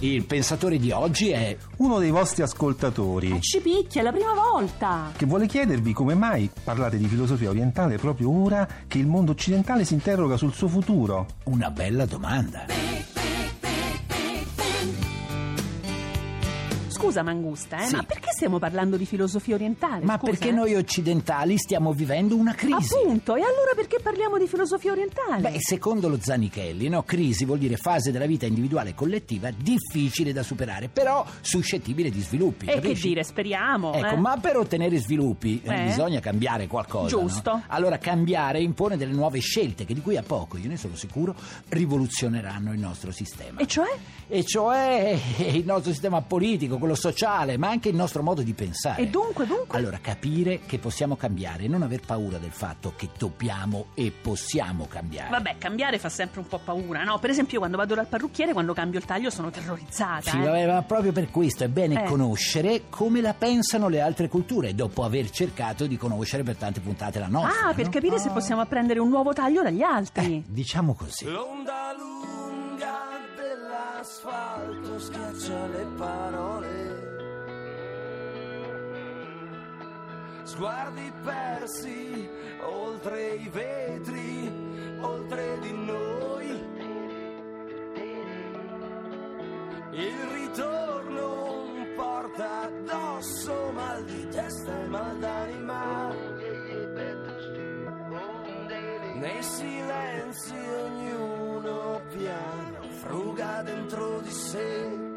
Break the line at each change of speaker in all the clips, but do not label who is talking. Il pensatore di oggi è
Uno dei vostri ascoltatori
Ci picchia è la prima volta!
che vuole chiedervi come mai parlate di filosofia orientale proprio ora che il mondo occidentale si interroga sul suo futuro.
una bella domanda.
Scusa Mangusta, eh,
Sì.
ma perché stiamo parlando di filosofia orientale?
Ma
Scusa,
perché
eh.
noi occidentali stiamo vivendo una crisi?
Appunto, e allora perché parliamo di filosofia orientale?
Beh, secondo lo Zanichelli, no, crisi vuol dire fase della vita individuale e collettiva difficile da superare, però suscettibile di sviluppi.
e che
capisci?
dire, speriamo!
Ecco,
eh.
ma per ottenere sviluppi eh,
Eh?
bisogna cambiare qualcosa.
Giusto.
no? Allora cambiare impone delle nuove scelte che di qui a poco, io ne sono sicuro, rivoluzioneranno il nostro sistema.
E cioè?
E cioè il nostro sistema politico, quello sociale, ma anche il nostro modo di pensare.
E dunque, dunque?
Allora, capire che possiamo cambiare e non aver paura del fatto che dobbiamo e possiamo cambiare.
Vabbè, cambiare fa sempre un po' paura, no? Per esempio, quando vado dal parrucchiere, quando cambio il taglio, sono terrorizzata.
Sì,
eh.
vabbè, ma proprio per questo è bene
Eh.
conoscere come la pensano le altre culture, dopo aver cercato di conoscere per tante puntate la nostra.
Ah, per
no?
capire se possiamo apprendere un nuovo taglio dagli altri.
Diciamo così.
L'onda lunga dell'asfalto scaccia le parole. Sguardi persi oltre i vetri, oltre di noi. Il ritorno porta addosso mal di testa e mal d'anima. Nei silenzi ognuno piano fruga dentro di sé.
Eh.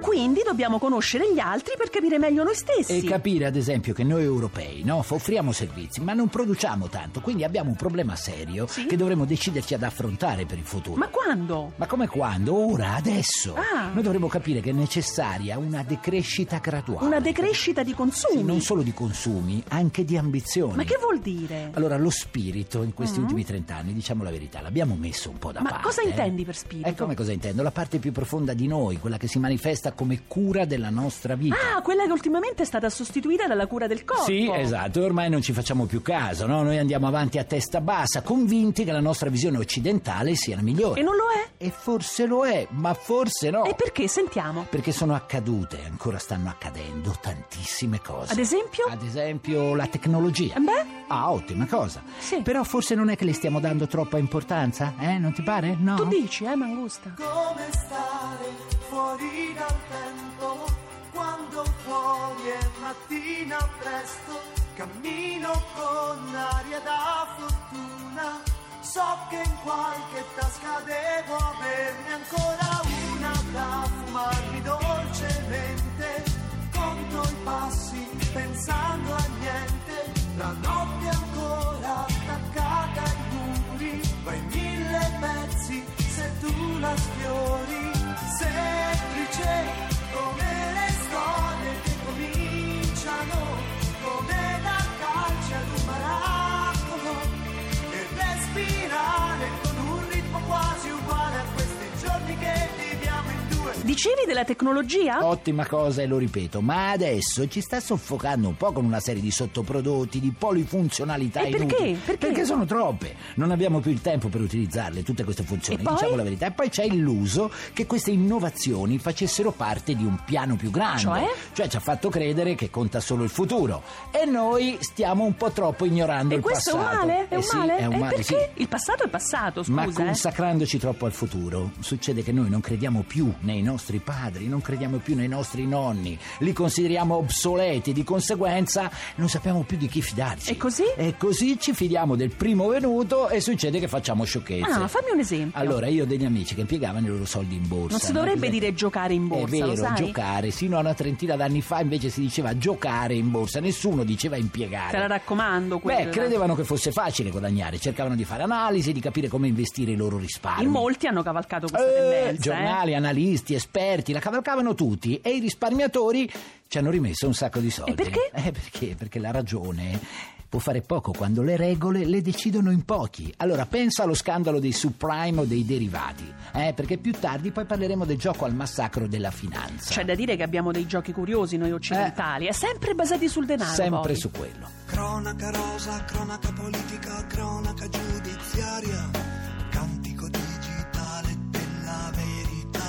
Quindi dobbiamo conoscere gli altri per capire meglio noi
E
stessi.
capire, ad esempio, che noi europei no, offriamo servizi, ma non produciamo tanto, quindi abbiamo un problema serio
Sì?
che dovremo deciderci ad affrontare per il futuro.
Ma quando?
Ma come quando? Ora, adesso.
Ah.
Noi dovremmo capire che è necessaria una decrescita graduale.
Una decrescita di consumi.
Sì, non solo di consumi, anche di ambizioni.
Ma che vuol dire?
Allora, lo spirito in questi ultimi trent'anni, diciamo la verità, l'abbiamo messo un po' da
Ma
parte.
cosa
eh.
intendi per spirito?
Ecco come cosa intendo, la parte più profonda di noi, quella che si manifesta come cura della nostra vita.
Ah, quella che ultimamente è stata sostituita dalla cura del corpo.
Sì, esatto, e ormai non ci facciamo più caso, no? Noi andiamo avanti a testa bassa, convinti che la nostra visione occidentale sia la migliore.
E non lo è?
E forse lo è, ma forse no.
E perché? Sentiamo.
Perché sono accadute, ancora stanno accadendo tantissime cose.
Ad esempio? Eh,
Ad esempio la tecnologia.
Beh,
Ah, ottima cosa.
Sì.
Però forse non è che le stiamo dando troppa importanza, eh? Non ti pare? No.
tu dici, eh, Mangusta.
Come stare fuori dal vento quando fuori è mattina presto? Cammino con aria da fortuna, so che in qualche tasca devo averne ancora una da fumarmi dolcemente. Conto i passi pensando a niente, la notte ancora attaccata ai muri, vai in mille pezzi se tu la sfiori, semplice come le storie che cominciano, come la calcia ad un maracolo, e respirare con un ritmo quasi uguale a questi giorni che viviamo in due.
Dicevi della tecnologia?
Ottima cosa e lo ripeto, ma adesso ci sta soffocando un po' con una serie di sottoprodotti, di polifunzionalità
E perché?
inutili.
Perché?
sono troppe, non abbiamo più il tempo per utilizzarle tutte queste funzioni,
E poi?
diciamo la verità. E poi c'è illuso che queste innovazioni facessero parte di un piano più grande.
Cioè?
Cioè ci ha fatto credere che conta solo il futuro e noi stiamo un po' troppo ignorando
E
il
questo è
passato.
un male? È
Eh
un
sì,
male?
è un
e
male, sì.
perché? Il passato è passato, scusa.
Ma
eh.
consacrandoci troppo al futuro, succede che noi non crediamo più nei nostri padri, non crediamo più nei nostri nonni, li consideriamo obsoleti, di conseguenza non sappiamo più di chi fidarci.
E così?
E così ci fidiamo del primo venuto e succede che facciamo sciocchezze.
Ah, fammi un esempio.
Allora, io ho degli amici che impiegavano i loro soldi in borsa.
Non si dovrebbe
Presente?
dire giocare in borsa,
È
lo
vero,
sai?
giocare. Sino a una trentina d'anni fa invece si diceva giocare in borsa, nessuno diceva impiegare.
Te la raccomando quella.
Beh, credevano che fosse facile guadagnare, cercavano di fare analisi, di capire come investire i loro risparmi.
In molti hanno cavalcato questa
Eh,
tendenza. eh.
giornali, analisti, esperti, la cavalcavano tutti e i risparmiatori ci hanno rimesso un sacco di soldi.
E perché?
Eh, perché? Perché la ragione può fare poco quando le regole le decidono in pochi. Allora pensa allo scandalo dei subprime o dei derivati, eh, perché più tardi poi parleremo del gioco al massacro della finanza.
C'è da dire che abbiamo dei giochi curiosi noi occidentali, e sempre basati sul denaro.
Eh. Sempre
poi.
su quello.
Cronaca rosa, cronaca politica, cronaca giudiziaria, cantico digitale della verità.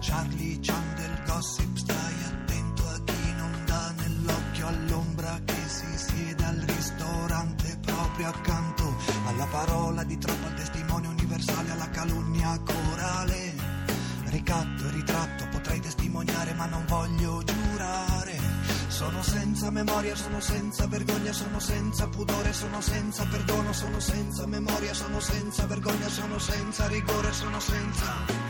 Charlie Chan del gossip, stai attento a chi non dà nell'occhio all'ombra che si siede al ristorante proprio accanto alla parola di troppo, al testimone universale, alla calunnia corale. Ricatto e ritratto potrei testimoniare ma non voglio giurare. Sono senza memoria, sono senza vergogna, sono senza pudore, sono senza perdono, sono senza memoria, sono senza vergogna, sono senza rigore, sono senza...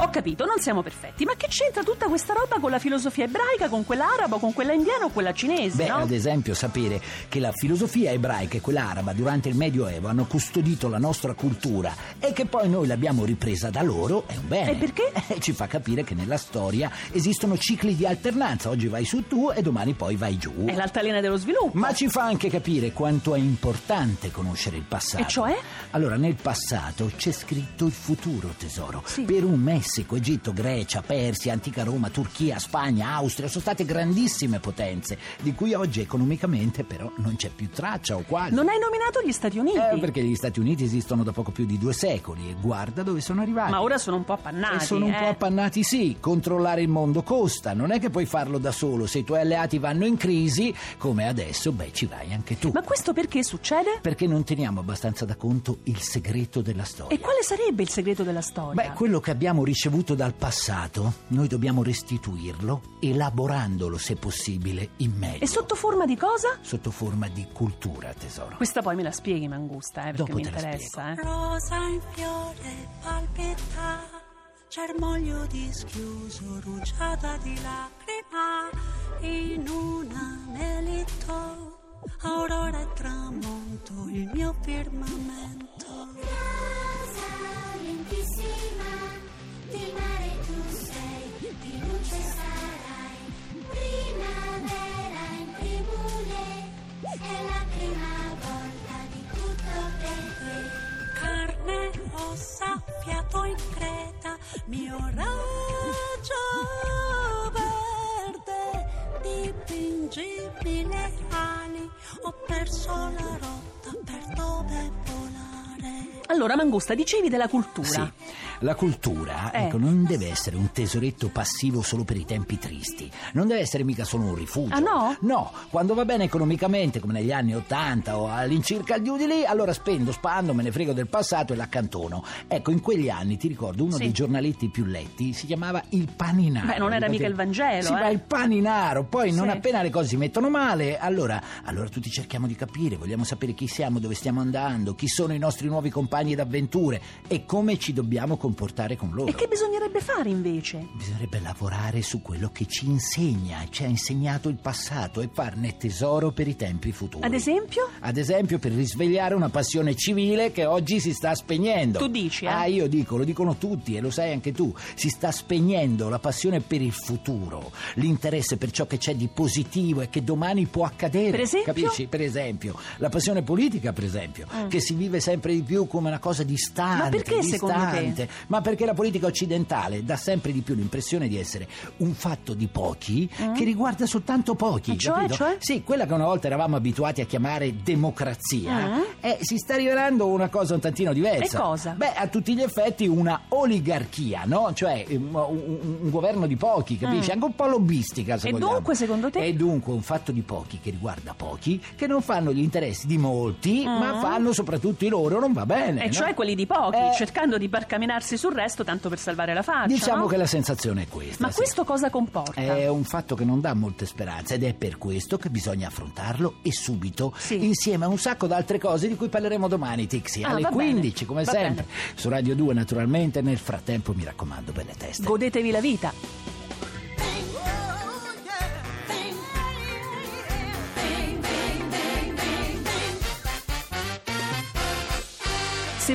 Ho capito, non siamo perfetti, ma che c'entra tutta questa roba con la filosofia ebraica, con quella araba, con quella indiana o quella cinese,
Beh,
no?
ad esempio, sapere che la filosofia ebraica e quella araba durante il Medioevo hanno custodito la nostra cultura e che poi noi l'abbiamo ripresa da loro è un bene.
E perché?
Eh, Ci fa capire che nella storia esistono cicli di alternanza. Oggi vai su tu e domani poi vai giù.
È l'altalena dello sviluppo.
Ma ci fa anche capire quanto è importante conoscere il passato.
E cioè?
Allora, nel passato c'è scritto il futuro, tesoro.
Sì.
Perù, Messico, Egitto, Grecia, Persia, antica Roma, Turchia, Spagna, Austria sono state grandissime potenze, di cui oggi economicamente però non c'è più traccia o quasi.
Non hai nominato gli Stati Uniti.
Eh, perché gli Stati Uniti esistono da poco più di due secoli e guarda dove sono arrivati.
Ma ora sono un po' appannati.
E sono un po'
eh.
appannati, sì. Controllare il mondo costa, non è che puoi farlo da solo. Se i tuoi alleati vanno in crisi, come adesso, beh, ci vai anche tu.
Ma questo perché succede?
Perché non teniamo abbastanza da conto il segreto della storia.
E quale sarebbe il segreto della storia?
Beh, quello che abbiamo ricevuto dal passato, noi dobbiamo restituirlo, elaborandolo se possibile in meglio.
E sotto forma di cosa?
Sotto forma di cultura, tesoro.
Questa poi me la spieghi, Mangusta, eh, perché
Dopo
mi
te la
interessa. Eh.
Rosa in fiore palpita, germoglio dischiuso, rugiada di lacrima, in un anelito, aurora e tramonto, il mio firmamento.
Rosa lentissima, di mare tu sei, di luce sarai. Primavera in primule, è la prima volta di tutto per te.
Carne rossa, fiato in creta, mio raggio verde, dipingibile ali, ho perso la rotta per dove volare.
eh. Allora, Mangusta, dicevi della cultura.
Sì, la cultura
Eh.
ecco, non deve essere un tesoretto passivo solo per i tempi tristi, non deve essere mica solo un rifugio.
Ah, no?
No, quando va bene economicamente, come negli anni 80 o all'incirca giù di lì, allora spendo, spando, me ne frego del passato e l'accantono. Ecco, in quegli anni, ti ricordo, uno
Sì.
dei giornaletti più letti si chiamava Il Paninaro.
Beh, non era
Ricordate?
mica il Vangelo,
Ah, Sì,
eh.
ma il Paninaro. Poi, non
Sì.
appena le cose si mettono male, allora, allora tutti cerchiamo di capire, vogliamo sapere chi siamo, dove stiamo andando, chi sono i nostri nuovi compagni d'avventure e come ci dobbiamo comportare con loro.
E che bisognerebbe fare invece?
Bisognerebbe lavorare su quello che ci insegna, ci ha insegnato il passato e farne tesoro per i tempi futuri.
Ad esempio?
Ad esempio per risvegliare una passione civile che oggi si sta spegnendo.
Tu dici, eh?
Ah, io dico, lo dicono tutti e lo sai anche tu. Si sta spegnendo la passione per il futuro, l'interesse per ciò che c'è di positivo e che domani può accadere.
Per esempio? Mm.
Capisci? Per esempio, la passione politica, per esempio, che si vive sempre di più come una cosa distante.
Ma perché, secondo te?
distante. Ma perché la politica occidentale dà sempre di più l'impressione di essere un fatto di pochi che riguarda soltanto pochi.
Mm. E cioè,
capito?
cioè?
Sì, quella che una volta eravamo abituati a chiamare democrazia, eh, si sta rivelando una cosa un tantino diversa.
Ah. E cosa?
Beh, a tutti gli effetti una oligarchia, no? Cioè ehm, un, un- un governo di pochi, capisci? Anche un po' lobbistica, se
Ah. E
vogliamo.
dunque, secondo te?
È dunque un fatto di pochi che riguarda pochi, che non fanno gli interessi di molti, ma fanno soprattutto i loro, non va bene. bene.
Ah. E
no?
cioè quelli di pochi,
Eh,
cercando di barcamenarsi sul resto tanto per salvare la faccia.
Diciamo
no?
che la sensazione è questa.
Ma
sì. Eh,
questo cosa comporta?
È un fatto che non dà molte speranze ed è per questo che bisogna affrontarlo e subito,
Sì.
insieme a un sacco d'altre cose di cui parleremo domani, Tixi,
Ah,
alle
va bene,
15 come
va
sempre, su Radio 2 naturalmente, nel frattempo mi raccomando belle teste.
Godetevi la vita.
oh
Se